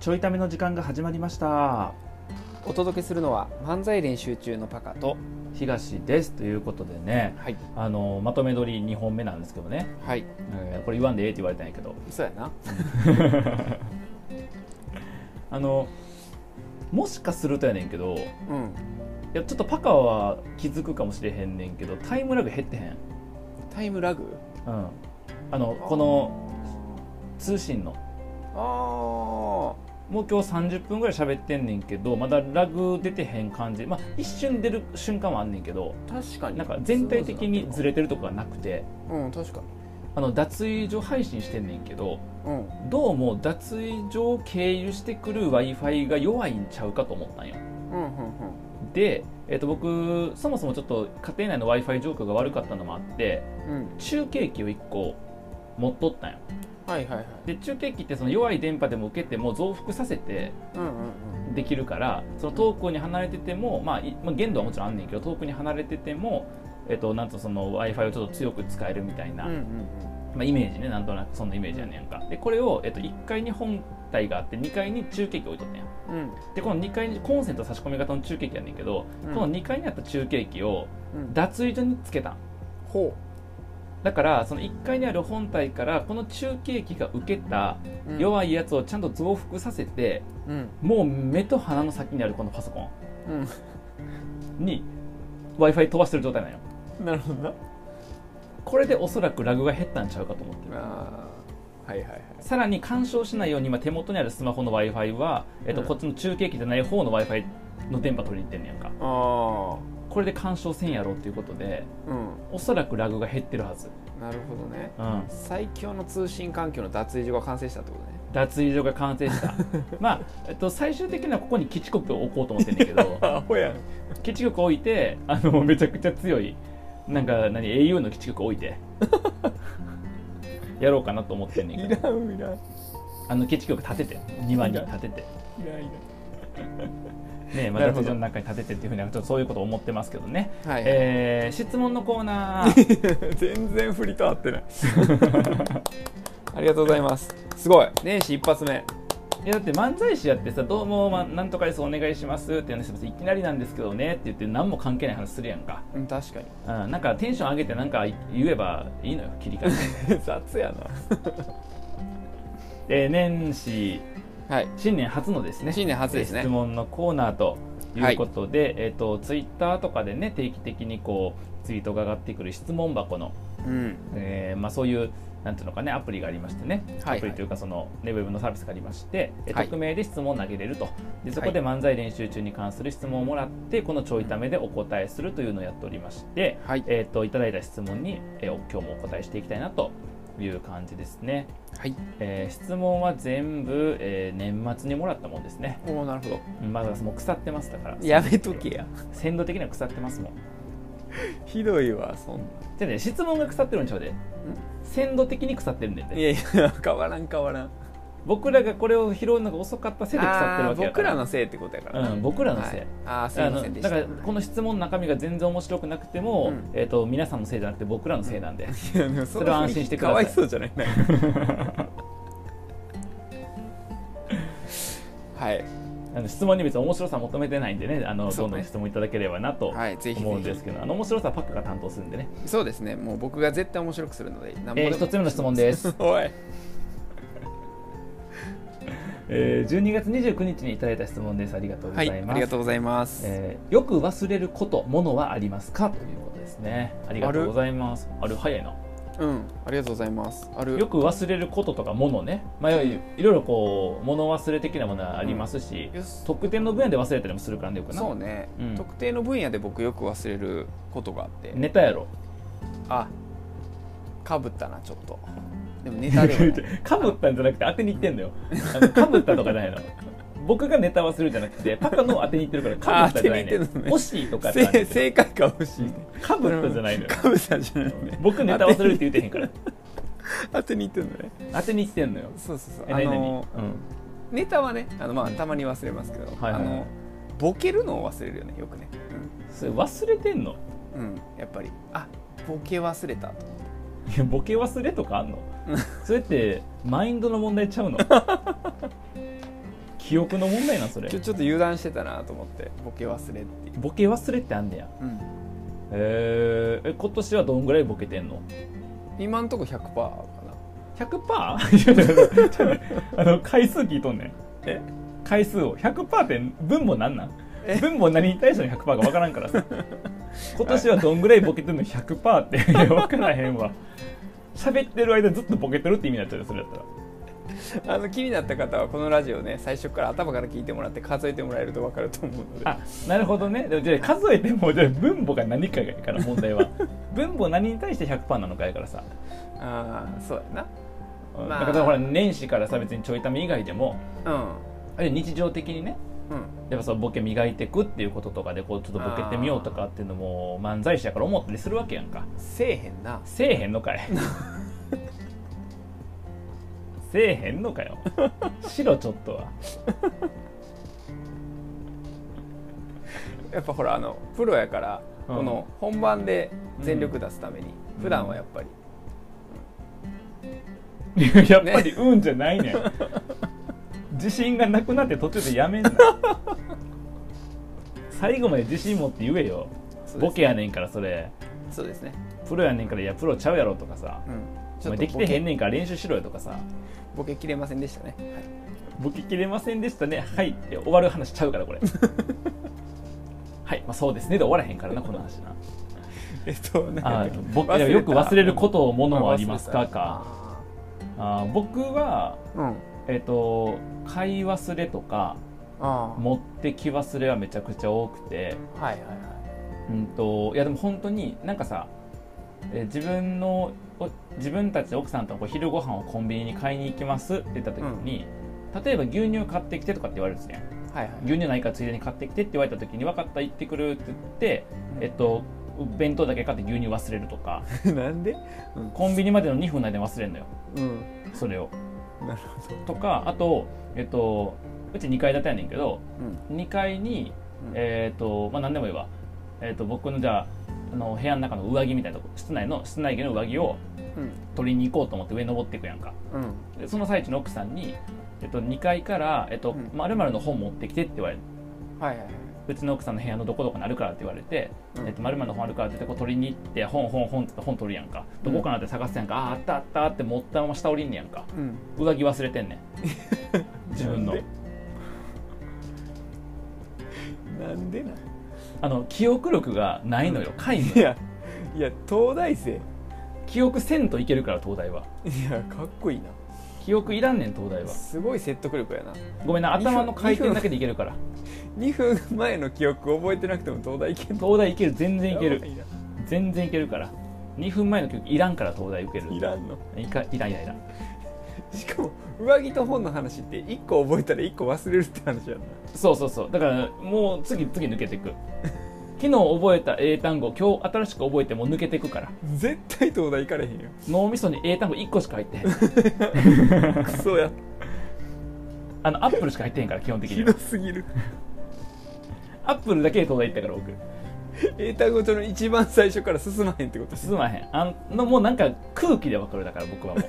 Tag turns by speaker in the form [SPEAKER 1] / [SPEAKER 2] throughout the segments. [SPEAKER 1] ちょいための時間が始まりました
[SPEAKER 2] お届けするのは漫才練習中のパカと
[SPEAKER 1] 東ですということでね
[SPEAKER 2] はい
[SPEAKER 1] あのまとめ撮り2本目なんですけどね、
[SPEAKER 2] はい
[SPEAKER 1] えーこれ言わんでええって言われたんやけど
[SPEAKER 2] そうやな
[SPEAKER 1] あのもしかするとやねんけどい
[SPEAKER 2] うん
[SPEAKER 1] やちょっとパカは気づくかもしれへんねんけどタイムラグ減ってへん、
[SPEAKER 2] タイムラグ
[SPEAKER 1] うん、あのこの通信の
[SPEAKER 2] あ
[SPEAKER 1] もう今日30分ぐらい喋ってんねんけどまだラグ出てへん感じまあ一瞬出る瞬間はあんねんけど
[SPEAKER 2] あ確かに
[SPEAKER 1] なんか全体的にず
[SPEAKER 2] れ
[SPEAKER 1] れてるとこがなくて
[SPEAKER 2] うん確かに
[SPEAKER 1] あの脱衣所配信してんねんけど
[SPEAKER 2] うん
[SPEAKER 1] どうも脱衣所を経由してくる w i f i が弱いんちゃうかと思ったんよ
[SPEAKER 2] うんうん
[SPEAKER 1] で、えっと僕そもそもちょっと家庭内の w i f i 状況が悪かったのもあって
[SPEAKER 2] うんうん
[SPEAKER 1] 中継機を1個持っとったんよ
[SPEAKER 2] はいはいはい
[SPEAKER 1] で中継機ってその弱い電波でも受けても増幅させて
[SPEAKER 2] うんうん
[SPEAKER 1] できるからその遠くに離れてても、まあ、いまあ限度はもちろんあんねんけど遠くに離れてても、えっとなんとその w i f i をちょっと強く使えるみたいな、
[SPEAKER 2] うんうん
[SPEAKER 1] まあ、イメージねなんとなくそんなイメージやねんかでこれを、えっと1階に本体があって2階に中継機置いとったんや
[SPEAKER 2] うんうん
[SPEAKER 1] でこの2階にコンセント差し込み型の中継機やねんけど、
[SPEAKER 2] うん
[SPEAKER 1] この2階にあった中継機を
[SPEAKER 2] うん
[SPEAKER 1] 脱衣所につけたん
[SPEAKER 2] ほ
[SPEAKER 1] だからその1階にある本体からこの中継機が受けた
[SPEAKER 2] う
[SPEAKER 1] 弱いやつをちゃんと増幅させて、
[SPEAKER 2] うん
[SPEAKER 1] もう目と鼻の先にあるこのパソコン
[SPEAKER 2] う
[SPEAKER 1] に w i f i 飛ばしてる状態なんよ
[SPEAKER 2] ん なるほどな
[SPEAKER 1] これでおそらくラグが減ったんちゃうかと思ってる
[SPEAKER 2] あーはいはいはい
[SPEAKER 1] さらに干渉しないように今手元にあるスマホの w i f i は、えっと
[SPEAKER 2] うん
[SPEAKER 1] こっちの中継機じゃない方の w i f i の電波取りに行ってんねやんか
[SPEAKER 2] あ
[SPEAKER 1] これで干渉せんやろっていうことで
[SPEAKER 2] あう
[SPEAKER 1] おそらくラグが減ってるはず、
[SPEAKER 2] んなるほどね
[SPEAKER 1] うん、
[SPEAKER 2] 最強の通信環境の脱衣所が完成したってことね
[SPEAKER 1] 脱衣所が完成した まあ、えっと、最終的にはここに基地局を置こうと思ってんだけ ど
[SPEAKER 2] あほや
[SPEAKER 1] 基地局置いてあのめちゃくちゃ強いなんか何 au の基地局置い てやろうかなと思ってんねんけど
[SPEAKER 2] らんいらん
[SPEAKER 1] あの基地局立てて庭に立てて
[SPEAKER 2] いらんい
[SPEAKER 1] ねま
[SPEAKER 2] な
[SPEAKER 1] あ
[SPEAKER 2] るほ
[SPEAKER 1] 脱衣
[SPEAKER 2] ど
[SPEAKER 1] 所の中に立ててっていうふうにちょっとそういうことを思ってますけどね、
[SPEAKER 2] らんはい、
[SPEAKER 1] えー質問のコーナ ー
[SPEAKER 2] 全然振りと合ってない ありがとうございますすごい年始一発目
[SPEAKER 1] いやだって漫才師やってさ「どうも、まあ、なんとかですお願いします」って話してますいきなりなんですけどねって言って何も関係ない話するやんか、
[SPEAKER 2] うん確かに
[SPEAKER 1] うん、なんかテンション上げてなんか言えばいいのよ切り替え
[SPEAKER 2] 雑や
[SPEAKER 1] てで年始
[SPEAKER 2] なはい
[SPEAKER 1] 新年初のですね
[SPEAKER 2] 新年初です
[SPEAKER 1] 質
[SPEAKER 2] ね
[SPEAKER 1] 問のコーナーということで、えっ、とツイッターとかでね定期的にこうツイートが上がってくる質問箱の
[SPEAKER 2] うん
[SPEAKER 1] えーまあ、そういうなんていうのかねアプリがありましてね、
[SPEAKER 2] はいはい
[SPEAKER 1] アプリというかその、ね、ウェブのサービスがありまして、えー
[SPEAKER 2] はい
[SPEAKER 1] 匿名で質問を投げれるとでそこで漫才練習中に関する質問をもらってこのちょいためでお答えするというのをやっておりまして、
[SPEAKER 2] はい
[SPEAKER 1] えー、といただいた質問に、えーお今日もお答えしていきたいなという感じですね、
[SPEAKER 2] はい
[SPEAKER 1] えー質問は全部、えー年末にもらったもんですね
[SPEAKER 2] おおなるほ
[SPEAKER 1] まだもう腐ってますだから
[SPEAKER 2] どやめとけや
[SPEAKER 1] 鮮度的には腐ってますもん
[SPEAKER 2] ひどいわそん
[SPEAKER 1] じゃあね質問が腐ってるんちゃうで鮮度的に腐ってるんだよね
[SPEAKER 2] ないやいや変わらん変わらん
[SPEAKER 1] 僕らがこれを拾うのが遅かったせいで腐ってる
[SPEAKER 2] あ
[SPEAKER 1] わ
[SPEAKER 2] ー
[SPEAKER 1] けや
[SPEAKER 2] 僕
[SPEAKER 1] から
[SPEAKER 2] らのせいってことやからな
[SPEAKER 1] うん、僕らのせい、
[SPEAKER 2] はいああすい
[SPEAKER 1] あ
[SPEAKER 2] ま
[SPEAKER 1] の
[SPEAKER 2] せんでし
[SPEAKER 1] だ
[SPEAKER 2] た
[SPEAKER 1] からこの質問の中身が全然面白くなくても、
[SPEAKER 2] うん
[SPEAKER 1] えー、と皆さんのせいじゃなくて僕らのせいなんで、
[SPEAKER 2] いやでも
[SPEAKER 1] それは安心してください
[SPEAKER 2] かわいそうじゃないなんか はい
[SPEAKER 1] あの質問に別に面白さ求めてないんでねあの
[SPEAKER 2] そう
[SPEAKER 1] どん
[SPEAKER 2] ね
[SPEAKER 1] どん質問いただければなと
[SPEAKER 2] はいぜひぜひ
[SPEAKER 1] 思うんですけど、あの面白さはパックが担当するんでね、
[SPEAKER 2] そうですねもう僕が絶対面白くするので何、
[SPEAKER 1] えー、1つ目の質問です
[SPEAKER 2] おい
[SPEAKER 1] えー、12月29日にいただいた質問ですありがとうござ
[SPEAKER 2] はいい
[SPEAKER 1] ます、
[SPEAKER 2] ありがとうございます、
[SPEAKER 1] えーよく忘れることものはありますかということですねありがとうございますある早いな
[SPEAKER 2] うんありがとうございますある
[SPEAKER 1] よく忘れることとかものね、まあ、いろいろこう物忘れ的なものはありますし、
[SPEAKER 2] よし
[SPEAKER 1] 特典の分野で忘れたりもするからねよくな
[SPEAKER 2] そうね、
[SPEAKER 1] うん
[SPEAKER 2] 特定の分野で僕よく忘れることがあって、
[SPEAKER 1] ネタやろ
[SPEAKER 2] あかぶったなちょっとでもネ タではない
[SPEAKER 1] かぶったんじゃなくて当てにいってんだよあのかぶったとかじゃないの 僕がネタ忘れるじゃなくてパカの当てにいってるからかぶったじゃないの
[SPEAKER 2] あ当てにいってんのね
[SPEAKER 1] 惜しいとかって
[SPEAKER 2] せ正解か欲しいね
[SPEAKER 1] かぶったじゃないのよ
[SPEAKER 2] かぶったじゃないね
[SPEAKER 1] 僕ネタ忘れるって言 ってへん から
[SPEAKER 2] 当てにいってんのね
[SPEAKER 1] 当てにいってんのよ
[SPEAKER 2] そうそう
[SPEAKER 1] え
[SPEAKER 2] そうあ
[SPEAKER 1] 何々
[SPEAKER 2] のネタはねあのまあたまに忘れますけど、
[SPEAKER 1] はいはい
[SPEAKER 2] あのボケるのを忘れるよねよくね
[SPEAKER 1] うん、それ忘れてんの
[SPEAKER 2] うん、うん、やっぱりあボケ忘れたと
[SPEAKER 1] いやボケ忘 れとかあんのそれってマインドの問題ちゃうの記憶の問題なんそれ
[SPEAKER 2] 今日ちょっと油断してたなと思ってボケ忘れっていう、
[SPEAKER 1] ボケ忘れってあんねや
[SPEAKER 2] うん、
[SPEAKER 1] えー、え今年はどんぐらいボケてんの
[SPEAKER 2] 今んとこ100%かな
[SPEAKER 1] 100%? あの回数聞いとんねん
[SPEAKER 2] え
[SPEAKER 1] 回数を100%って分母なんなん
[SPEAKER 2] え
[SPEAKER 1] 分母何に対しての100%が分からんから さ今年はどんぐらいボケてんの100%って いや分からへんわ喋ってる間ずっとボケてるって意味になっちゃうよそれだったら
[SPEAKER 2] あの気になった 方はこのラジオね最初から頭から聞いてもらって数えてもらえると分かると思うので
[SPEAKER 1] あなるほどねでもじゃあ数えてもじゃあ分母が何かやから問題は 分母何に対して100%なのかやからさ、
[SPEAKER 2] ああそうや
[SPEAKER 1] うん
[SPEAKER 2] ま
[SPEAKER 1] だ
[SPEAKER 2] あ
[SPEAKER 1] からほら年始からさ別にちょいため以外でも
[SPEAKER 2] な
[SPEAKER 1] あれ日常的にね
[SPEAKER 2] うんうん
[SPEAKER 1] やっぱそのボケ磨いていくっていうこととかでこうちょっとボケてみようとかっていうのも漫才師やから思ったりするわけやんか
[SPEAKER 2] せえへんな
[SPEAKER 1] せえへんのかいせえへんのかよしろちょっとは
[SPEAKER 2] やっぱほらあのプロやから、
[SPEAKER 1] うん
[SPEAKER 2] この本番で全力出すために、
[SPEAKER 1] うん
[SPEAKER 2] 普段はやっぱり、
[SPEAKER 1] いややっぱり運じゃないねん自信がなくなって途中でやめんな最後まで自信持って言えよ
[SPEAKER 2] そうです
[SPEAKER 1] ボケやねんからそれ
[SPEAKER 2] そうですね、
[SPEAKER 1] プロやねんからいやプロちゃうやろとかさお
[SPEAKER 2] うん、
[SPEAKER 1] 前できてへん
[SPEAKER 2] ボケ
[SPEAKER 1] ねんから練習しろよとかさ
[SPEAKER 2] ボケきれませんでしたね、はい
[SPEAKER 1] ボケきれませんでしたねはいって終わる話ちゃうからこれ はい、まあ、そうですねで終わらへんからなこの話な
[SPEAKER 2] えっと、なん
[SPEAKER 1] あ
[SPEAKER 2] やったっけ
[SPEAKER 1] 僕よく忘れることをもの
[SPEAKER 2] 忘れ
[SPEAKER 1] は
[SPEAKER 2] た
[SPEAKER 1] ありますかか
[SPEAKER 2] あ
[SPEAKER 1] あー僕は
[SPEAKER 2] ーうん
[SPEAKER 1] えっ、と買い忘れとか
[SPEAKER 2] あー
[SPEAKER 1] 持ってき忘れはめちゃくちゃ多くて
[SPEAKER 2] はいはいはい
[SPEAKER 1] うんといやでも本当になんかさ、えー自分のお自分たち奥さんとこう昼ご飯をコンビニに買いに行きますって言った時に、例えば牛乳買ってきてとかって言われるんですね
[SPEAKER 2] はいはい
[SPEAKER 1] 牛乳ないからついでに買ってきてって言われた時に分かった行ってくるって言って、えっと、弁当だけ買って牛乳忘れるとか
[SPEAKER 2] なんでうん、
[SPEAKER 1] コンビニまでの2分の間に忘れるのよ
[SPEAKER 2] うん、
[SPEAKER 1] それを。
[SPEAKER 2] なるほど、
[SPEAKER 1] とかあと、えっと、うち2階建てやねんけど
[SPEAKER 2] うん
[SPEAKER 1] 2階に、
[SPEAKER 2] うん
[SPEAKER 1] えっとまあ、何でもいいわ、えっと、僕のじゃああの部屋の中の上着みたいなとこ室内の室内着の上着を取りに行こうと思って上登っていくやんか
[SPEAKER 2] うんうん
[SPEAKER 1] でその最中の奥さんに、えっと、2階から、えっと
[SPEAKER 2] うん
[SPEAKER 1] まるの本持ってきてって言われる
[SPEAKER 2] はいはいはいう
[SPEAKER 1] ちの奥さんの部屋のどこどこにあるからって言われて
[SPEAKER 2] うん
[SPEAKER 1] えっと、〇〇の本あるからって言ってこう取りに行って本本本って本取るやんかどこかなって探すやんか、あああったあったって持ったまま下降りんねやんか
[SPEAKER 2] うん
[SPEAKER 1] 上着忘れてんねん 自分の
[SPEAKER 2] なんでなんでなん
[SPEAKER 1] あの記憶力がないのよ皆無
[SPEAKER 2] いやいや東大生い
[SPEAKER 1] 記憶せんといけるから東大は
[SPEAKER 2] やかっこいいな
[SPEAKER 1] 記憶いらんねん東大は
[SPEAKER 2] すごい説得力やな
[SPEAKER 1] ごめんな頭の回転だけでいけるから
[SPEAKER 2] 2分前の記憶覚えてなくても東大行けんの
[SPEAKER 1] 東大いける全然いける
[SPEAKER 2] やば
[SPEAKER 1] 全然いけるから2分前の記憶いらんから東大受ける
[SPEAKER 2] いないらんの
[SPEAKER 1] いかいらんいらんいらん
[SPEAKER 2] しかも上着と本の話って1個覚えたら1個忘れるって話やな
[SPEAKER 1] そうそうそうだからもう次次抜けていく昨日覚えた英単語今日新しく覚えても抜けていくから
[SPEAKER 2] 絶対東大行かれへんよ
[SPEAKER 1] 脳みそに英単語1個しか入ってへん
[SPEAKER 2] クソや
[SPEAKER 1] あのアップルしか入ってへんから基本的
[SPEAKER 2] ひ
[SPEAKER 1] に
[SPEAKER 2] ど
[SPEAKER 1] は
[SPEAKER 2] すぎる
[SPEAKER 1] アップルだけで東大行ったから僕
[SPEAKER 2] 英単語帳の一番最初から進まへんってこと
[SPEAKER 1] すまへんあのもうなんか空気でわかるだから僕はもう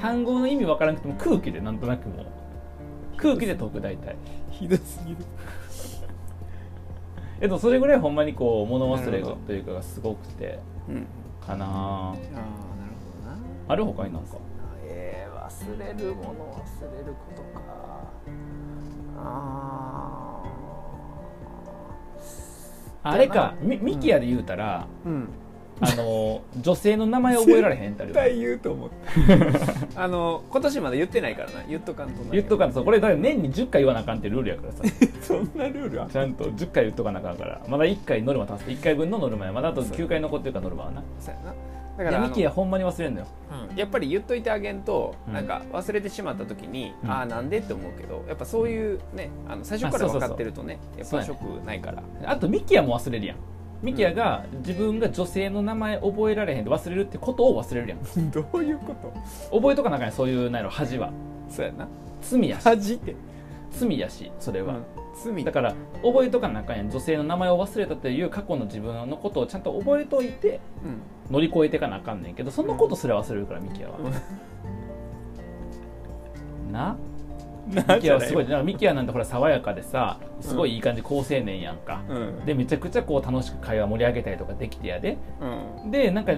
[SPEAKER 1] 単語の意味わからなくても空気でなんとなくもう空気で解く大体
[SPEAKER 2] ひどすぎる
[SPEAKER 1] えっとそれぐらいほんまにこう物忘れ
[SPEAKER 2] なるほ
[SPEAKER 1] が
[SPEAKER 2] ど
[SPEAKER 1] というかがすごくて
[SPEAKER 2] うん
[SPEAKER 1] かな
[SPEAKER 2] ああなるほどな
[SPEAKER 1] あある他になんか
[SPEAKER 2] えー、忘れるもの忘れることかあ
[SPEAKER 1] あれかミミキヤで言うたら、
[SPEAKER 2] ーうん
[SPEAKER 1] あの女性の名前覚えられへんってあるよ
[SPEAKER 2] 絶
[SPEAKER 1] ね
[SPEAKER 2] 対言うと 思ったあの今年まだ言ってないからな言っとかんとな
[SPEAKER 1] 言っとか
[SPEAKER 2] か
[SPEAKER 1] んとそうこれだから年に10回言わなあかんってルールやからさ
[SPEAKER 2] そんなルールあ
[SPEAKER 1] ちゃんと10回言っとかなあかんからまだ1回ノルマ達成1回分のノルマやまだあと9回残ってるからノルマはな
[SPEAKER 2] そうやなだ
[SPEAKER 1] で
[SPEAKER 2] からあ
[SPEAKER 1] ミ
[SPEAKER 2] の
[SPEAKER 1] キヤほんまに忘れんのよ
[SPEAKER 2] うんやっぱり言っといてあげんと、
[SPEAKER 1] うん
[SPEAKER 2] なんか忘れてしまった時に、
[SPEAKER 1] うん
[SPEAKER 2] ああなんでって思うけどやっぱそういうねあの最初から
[SPEAKER 1] あそうそうそう
[SPEAKER 2] 分かってるとねやっ
[SPEAKER 1] そう
[SPEAKER 2] ぱ
[SPEAKER 1] や
[SPEAKER 2] シ
[SPEAKER 1] ね
[SPEAKER 2] ョックないから
[SPEAKER 1] あとミキヤも忘れるやんミキヤが自分が女性の名前覚えられへんで忘れるってことを忘れるやん
[SPEAKER 2] どういうこと
[SPEAKER 1] 覚えとかなあかんやんそういうなんやろ恥は
[SPEAKER 2] そうやな
[SPEAKER 1] 罪やし
[SPEAKER 2] 恥って、
[SPEAKER 1] 罪やしそれ
[SPEAKER 2] う
[SPEAKER 1] は、
[SPEAKER 2] ん、罪
[SPEAKER 1] だ
[SPEAKER 2] か
[SPEAKER 1] から覚えとかなあかんやん女性の名前を忘れたという過去の自分のことをちゃんと覚えといて
[SPEAKER 2] うん
[SPEAKER 1] 乗り越えてかなあかんねんけどそのことすら忘れるからミキヤは、
[SPEAKER 2] うん
[SPEAKER 1] なミキアはすごいなんかミキアなんてほら爽やかでさすごいいい感じ好青年やんか、
[SPEAKER 2] うん
[SPEAKER 1] でめちゃくちゃこう楽しく会話盛り上げたりとかできてやで
[SPEAKER 2] うん
[SPEAKER 1] でなんか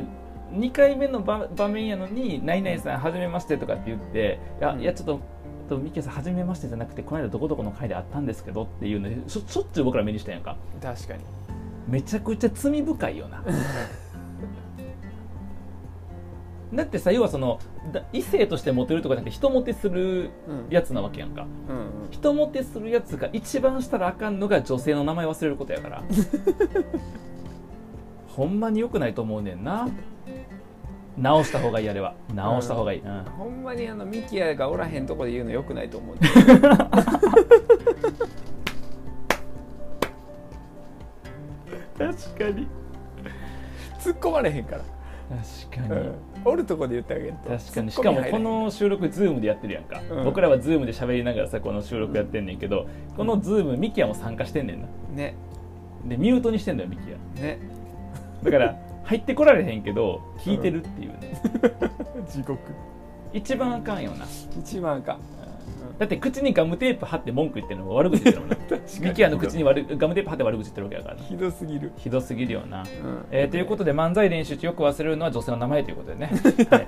[SPEAKER 1] 2回目の場場面やのに「ナイナイさんはじめまして」とかって言って「いや,、
[SPEAKER 2] うん
[SPEAKER 1] いやちょっと」えっとミキアさんはじめましてじゃなくてこの間どこどこの会で会ったんですけどっていうのしょしょっちゅう僕ら目にしたやんか
[SPEAKER 2] 確かに
[SPEAKER 1] めちゃくちゃ罪深いよなだってさ要はそのだ異性としてモテるとかじゃなくて人モテする
[SPEAKER 2] うん
[SPEAKER 1] やつなわけやんか
[SPEAKER 2] うん
[SPEAKER 1] 人モテするやつが一番したらあかんのが女性の名前忘れることや からほんまに良くないと思うねんな直した方がいいあれは直した方がいい、うん
[SPEAKER 2] ほんまにあのミキアがおらへんとこで言うのよくないと 思う
[SPEAKER 1] 確かに
[SPEAKER 2] 突っ込まれへんから、
[SPEAKER 1] 確か
[SPEAKER 2] う
[SPEAKER 1] に、
[SPEAKER 2] ん、おるとこで言ってあげると
[SPEAKER 1] 確かに
[SPEAKER 2] ツ
[SPEAKER 1] し
[SPEAKER 2] ッコ
[SPEAKER 1] か
[SPEAKER 2] ミ
[SPEAKER 1] も
[SPEAKER 2] 入らへ
[SPEAKER 1] こ
[SPEAKER 2] ん
[SPEAKER 1] の収録ズームでやってるやんか、
[SPEAKER 2] うん
[SPEAKER 1] 僕らはズームで喋りながらさこの収録やってんねんけどこのズームミキアも参加してんねんな
[SPEAKER 2] ね
[SPEAKER 1] でミュートにしてんだよミキ
[SPEAKER 2] ね
[SPEAKER 1] アだから 入ってこられへんけど聞いてるっていうね、
[SPEAKER 2] 地獄
[SPEAKER 1] 一番あかんよな
[SPEAKER 2] 一番か
[SPEAKER 1] だって口にガムテープ貼って文句言ってるのが悪口言って るもんなミキアの口に悪いガムテープ貼って悪口言ってるわけやからな
[SPEAKER 2] ひどすぎる、
[SPEAKER 1] ひどすぎるよな、
[SPEAKER 2] うん
[SPEAKER 1] えーということで漫才練習中よく忘れるのは女性の名前ということ でね、はい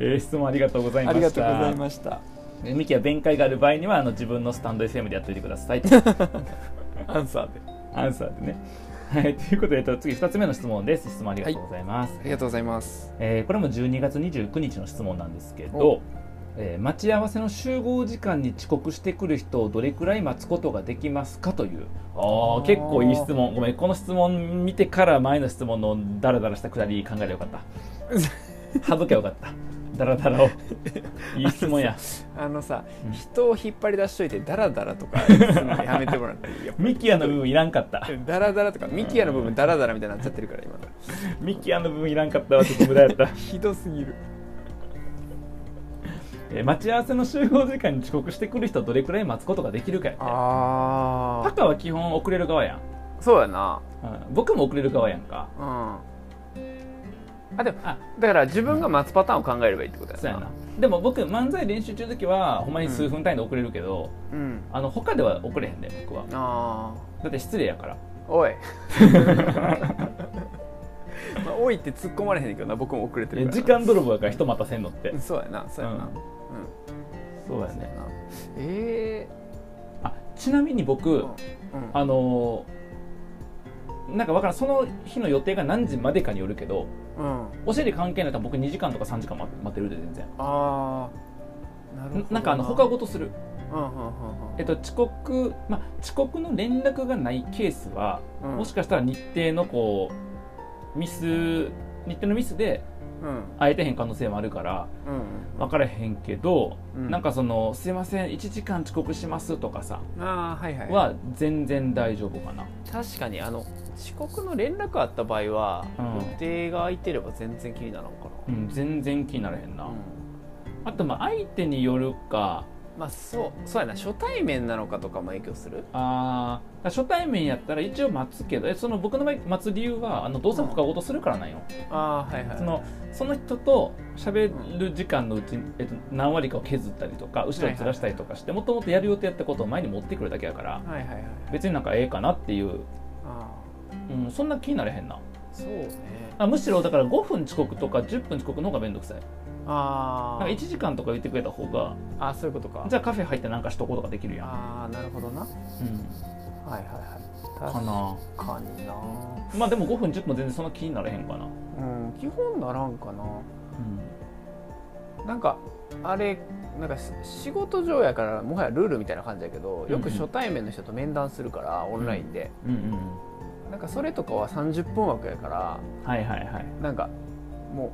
[SPEAKER 1] えー質問ありがとうござい
[SPEAKER 2] あ
[SPEAKER 1] ま
[SPEAKER 2] りが
[SPEAKER 1] し
[SPEAKER 2] とうござい
[SPEAKER 1] た
[SPEAKER 2] ました
[SPEAKER 1] えミキは弁解がある場合にはあの自分のスタンド FM でやっておいてください
[SPEAKER 2] アンサーで
[SPEAKER 1] アンサーでねはい、ということで、えっと、次2つ目の質問です質問ありがとうございます、
[SPEAKER 2] ありがとうございます
[SPEAKER 1] えーこれも12月29日の質問なんですけ
[SPEAKER 2] お
[SPEAKER 1] ど、えー待ち合わせの集合時間に遅刻してくる人をどれくらい待つことができますかというあ
[SPEAKER 2] あ
[SPEAKER 1] ー
[SPEAKER 2] ー
[SPEAKER 1] 結構いい質問ごめんこの質問見てから前の質問のダラダラしたくだり考えればよかった省けばよかった ダラダラをいい質問 や
[SPEAKER 2] あのさ、
[SPEAKER 1] うん
[SPEAKER 2] 人を引っ張り出しといてダラダラとかするのやめてもらっていいよ
[SPEAKER 1] ミキアの部分いらんかった
[SPEAKER 2] ダラダラとかミキアの部分ダラダラみたいになっちゃってるから今
[SPEAKER 1] ミキアの部分いらんかったわちょっと無駄やった
[SPEAKER 2] ひどすぎる
[SPEAKER 1] えー待ち合わせの集合時間に遅刻してくる人をどれくらい待つことができるかやって
[SPEAKER 2] あ
[SPEAKER 1] パカは基本遅れる側やん
[SPEAKER 2] そうやな
[SPEAKER 1] うん僕も遅れる側やんか
[SPEAKER 2] うんあでも
[SPEAKER 1] あ
[SPEAKER 2] だから自分が待つパターンを考えればいいってことやな
[SPEAKER 1] そうやなでも僕漫才練習中の時はほんまに数分単位で遅れるけど、
[SPEAKER 2] うん
[SPEAKER 1] あの他では遅れへんで僕は
[SPEAKER 2] あ
[SPEAKER 1] だって失礼やから
[SPEAKER 2] あおい まあ、おいって突っ込まれへんねんけどな僕も遅れてるから
[SPEAKER 1] 時
[SPEAKER 2] な
[SPEAKER 1] 間泥棒やから人待たせんのって
[SPEAKER 2] うんそうやなそうやな、
[SPEAKER 1] う
[SPEAKER 2] うんん
[SPEAKER 1] そうや
[SPEAKER 2] そうやなえ
[SPEAKER 1] あちなみに僕、
[SPEAKER 2] えうんうん
[SPEAKER 1] あのーなんかわからんその日の予定が何時までかによるけど
[SPEAKER 2] うん
[SPEAKER 1] お尻関係ないと僕2時間とか3時間待待ってるで全然
[SPEAKER 2] ああなるほど
[SPEAKER 1] んなんかあの他ごとする、
[SPEAKER 2] うんうんうんうん
[SPEAKER 1] えっと、遅刻、まあ、遅刻の連絡がないケースは
[SPEAKER 2] うん
[SPEAKER 1] もしかしたら日程のこうミス日程のミスで
[SPEAKER 2] うん
[SPEAKER 1] 会えてへん可能性もあるから
[SPEAKER 2] うん
[SPEAKER 1] 分からへんけど、
[SPEAKER 2] うん
[SPEAKER 1] なんかその「すいません1時間遅刻します」とかさ
[SPEAKER 2] ああはいはい
[SPEAKER 1] は全然大丈夫かな
[SPEAKER 2] 確かにあの遅刻の連絡あった場合は、
[SPEAKER 1] うん
[SPEAKER 2] 予定が空いてれば全然気にならんか
[SPEAKER 1] うん全然気にならへんな、
[SPEAKER 2] な、うん
[SPEAKER 1] あとまあ相手によるか
[SPEAKER 2] まあそうそうやな初対面なのかとかも影響する
[SPEAKER 1] あー初対面やったら一応待つけどえその僕の場合待つ理由はあのどうせ他ごとするからなんよ、
[SPEAKER 2] ああはいはい
[SPEAKER 1] そのその人と喋る時間のうち、えっと、何割かを削ったりとか後ろにずらしたりとかしてもともとやる予定やったことを前に持ってくるだけやから
[SPEAKER 2] はいはいはい
[SPEAKER 1] 別になんかええかなっていう、
[SPEAKER 2] あ
[SPEAKER 1] うん、そんな気になれへんな
[SPEAKER 2] あそうね
[SPEAKER 1] あむしろだから5分遅刻とか10分遅刻の方が面倒くさいな
[SPEAKER 2] あ
[SPEAKER 1] んか1時間とか言ってくれた方が
[SPEAKER 2] ああそういうことか
[SPEAKER 1] じゃあカフェ入ってなんかしとこうとかできるやん、
[SPEAKER 2] ああなるほどなはい
[SPEAKER 1] うん、
[SPEAKER 2] はいはい
[SPEAKER 1] かな
[SPEAKER 2] 確かにな
[SPEAKER 1] まあでも5分10分全然そんな気になれへんかな、
[SPEAKER 2] うん基本ならんかななんかあれなんかし仕事上やからもはやルールみたいな感じやけどよく初対面の人と面談するからオンラインで、
[SPEAKER 1] うん、うんうん
[SPEAKER 2] なんかそれとかは30分枠やから
[SPEAKER 1] はいはいはい
[SPEAKER 2] なんかも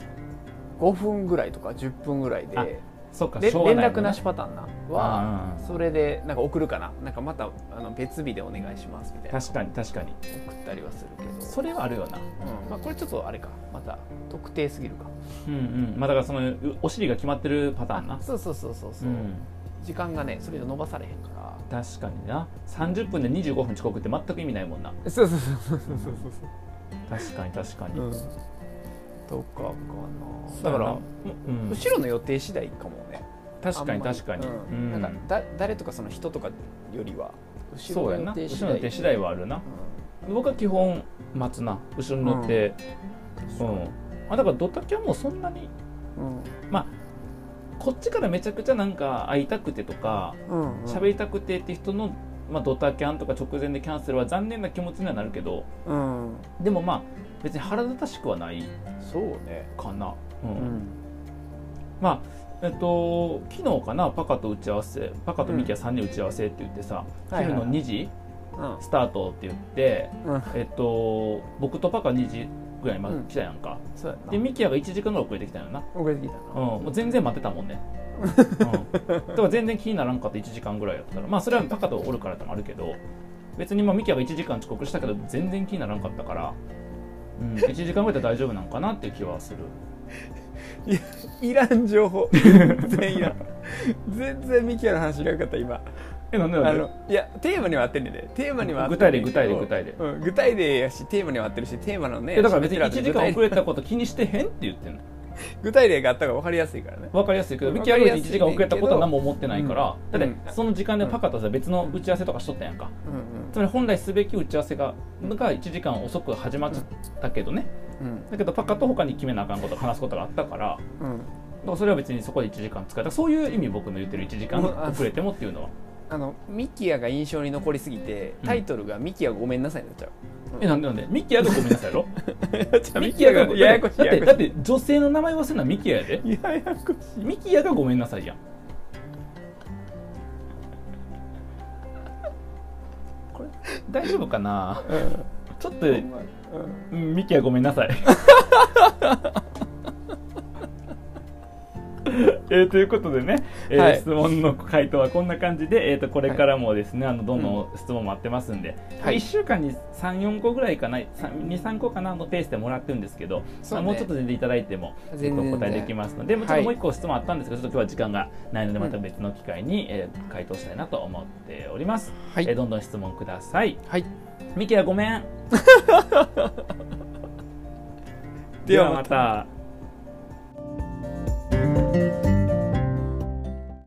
[SPEAKER 2] う5分ぐらいとか10分ぐらいで
[SPEAKER 1] あそっか
[SPEAKER 2] で
[SPEAKER 1] しょうが
[SPEAKER 2] 連
[SPEAKER 1] ない
[SPEAKER 2] 絡なしパターンなは
[SPEAKER 1] は
[SPEAKER 2] それでなんか送るかななんかまたあの別日でお願いしますみたいな
[SPEAKER 1] 確かに確かに
[SPEAKER 2] 送ったりはするけど
[SPEAKER 1] それはあるよな
[SPEAKER 2] うんまあ、これちょっとあれかまた特定すぎるか
[SPEAKER 1] うんうんまあだからそのうお尻が決まってるパターンな
[SPEAKER 2] あそうそうそうそうそう、
[SPEAKER 1] うん
[SPEAKER 2] 時間がねそれで伸ばされへんから
[SPEAKER 1] 確かにな30分で25分遅刻って全く意味ないもんな
[SPEAKER 2] そうそうそうそうそうそう
[SPEAKER 1] 確かに確かに、
[SPEAKER 2] うん、とかか
[SPEAKER 1] そう
[SPEAKER 2] な
[SPEAKER 1] や
[SPEAKER 2] だか
[SPEAKER 1] な
[SPEAKER 2] ら、
[SPEAKER 1] うん
[SPEAKER 2] 後ろの予定次第かもね
[SPEAKER 1] 確かに
[SPEAKER 2] あんまり
[SPEAKER 1] 確かに、
[SPEAKER 2] うん
[SPEAKER 1] うん
[SPEAKER 2] なんかだ誰とかその人とかよりは後
[SPEAKER 1] そ
[SPEAKER 2] ろ
[SPEAKER 1] うや
[SPEAKER 2] の
[SPEAKER 1] な
[SPEAKER 2] 予定次
[SPEAKER 1] 後ろの
[SPEAKER 2] 第
[SPEAKER 1] 手次第はあるな僕は基本待つな後ろに乗って、う
[SPEAKER 2] うんん
[SPEAKER 1] あだからドタキャンもそんなにこっちからめちゃくちゃなんか会いたくてとか
[SPEAKER 2] うん
[SPEAKER 1] 喋、りたくてって人の、まあ、ドタキャンとか直前でキャンセルは残念な気持ちにはなるけど
[SPEAKER 2] うん、うん、
[SPEAKER 1] でもまあ別に腹立たしくはない
[SPEAKER 2] そうね
[SPEAKER 1] かな、うん
[SPEAKER 2] うん
[SPEAKER 1] まあえっと昨日かなパカと打ち合わせパカとミキは3人打ち合わせって言ってさ、
[SPEAKER 2] はいはい
[SPEAKER 1] 昼
[SPEAKER 2] はい
[SPEAKER 1] の2時
[SPEAKER 2] うん
[SPEAKER 1] スタートって言って、
[SPEAKER 2] うん
[SPEAKER 1] えっと、僕とパカ2時ぐらいまで来たやんか、
[SPEAKER 2] そうや
[SPEAKER 1] で
[SPEAKER 2] な
[SPEAKER 1] ミキヤが1時間ぐらい遅れてきたんやな、
[SPEAKER 2] 遅れてきた
[SPEAKER 1] うん、
[SPEAKER 2] な
[SPEAKER 1] もう全然待ってたもんね、うん、だから全然気にならんかった1時間ぐらいやったらまあそれはパカとおるからともあるけど別にまあミキヤが1時間遅刻したけど全然気にならんかったから、うん、1時 間ぐらいで大丈夫なんかなっていう気はする
[SPEAKER 2] いらん情報全然いらん全然ミキヤの話いらんかった今
[SPEAKER 1] えなんで
[SPEAKER 2] あ
[SPEAKER 1] なんで
[SPEAKER 2] のいやテーマには合ってんねんでテーマには合っ
[SPEAKER 1] 具
[SPEAKER 2] て
[SPEAKER 1] 体
[SPEAKER 2] んね
[SPEAKER 1] 例
[SPEAKER 2] ん
[SPEAKER 1] 具
[SPEAKER 2] けど
[SPEAKER 1] 体例具体例
[SPEAKER 2] うん、具体例やしテーマには合ってるしテーマのね
[SPEAKER 1] えだから別に
[SPEAKER 2] 喋っ
[SPEAKER 1] 1
[SPEAKER 2] てる
[SPEAKER 1] 時間
[SPEAKER 2] 後
[SPEAKER 1] 遅れたこと気にしてへんって言ってんの
[SPEAKER 2] 具体例があった方が分かりやすいからね
[SPEAKER 1] わかりやすいけど、
[SPEAKER 2] うん
[SPEAKER 1] ミキアル
[SPEAKER 2] わかり
[SPEAKER 1] 1
[SPEAKER 2] やすい
[SPEAKER 1] 時間遅れたことは何も思ってないから、
[SPEAKER 2] うん
[SPEAKER 1] だっ
[SPEAKER 2] う
[SPEAKER 1] てその時間でパカとさ、別の打ち合わせとかしとったやんか。
[SPEAKER 2] うん
[SPEAKER 1] つまり本来すべき打ち合わせが、が1時間遅く始まっちゃったけどね。
[SPEAKER 2] うん
[SPEAKER 1] だけどパカと他に決めなあかんこと、話すことがあったから、だ
[SPEAKER 2] うんうん
[SPEAKER 1] からそれは別にそこで1時間使えた。そういう意味僕の言ってる1時間
[SPEAKER 2] うん
[SPEAKER 1] 遅れてもっていうのは。
[SPEAKER 2] あのミキヤが印象に残りすぎてタイトルが「ミキヤごめんなさい」になっちゃう
[SPEAKER 1] え、なんでなんでミキアがごめんなさいやろ
[SPEAKER 2] ミキヤがややこしい
[SPEAKER 1] だっ
[SPEAKER 2] や
[SPEAKER 1] て、
[SPEAKER 2] や
[SPEAKER 1] だっ
[SPEAKER 2] こして
[SPEAKER 1] 女性の名前忘れるのはミキアやで。
[SPEAKER 2] いややこしい
[SPEAKER 1] ミキアがごめんなさいやん。これ、大丈夫かなちょっと、
[SPEAKER 2] うん
[SPEAKER 1] うんミキはごめんなさい。 えーということでね、えー
[SPEAKER 2] はい
[SPEAKER 1] 質問の回答はこんな感じで、えー、とこれからもですね、あのどんどん質問待ってますんで、
[SPEAKER 2] はい
[SPEAKER 1] 1週間に34個ぐらいかな23個かなのペースでもらってるんですけど、
[SPEAKER 2] そ
[SPEAKER 1] ま
[SPEAKER 2] う
[SPEAKER 1] あ
[SPEAKER 2] ね
[SPEAKER 1] もうちょっと全然いただいても結
[SPEAKER 2] 全
[SPEAKER 1] 構
[SPEAKER 2] 然
[SPEAKER 1] お答えできますのでもちろ
[SPEAKER 2] は
[SPEAKER 1] ん
[SPEAKER 2] い
[SPEAKER 1] もう1個質問あったんですけど、ちょっと今日は時間がないので
[SPEAKER 2] うん
[SPEAKER 1] また別の機会に、えー回答したいなと思っております、
[SPEAKER 2] は
[SPEAKER 1] えー
[SPEAKER 2] い
[SPEAKER 1] どんどん質問ください
[SPEAKER 2] はい
[SPEAKER 1] ミキはごめん
[SPEAKER 2] ではまた
[SPEAKER 1] た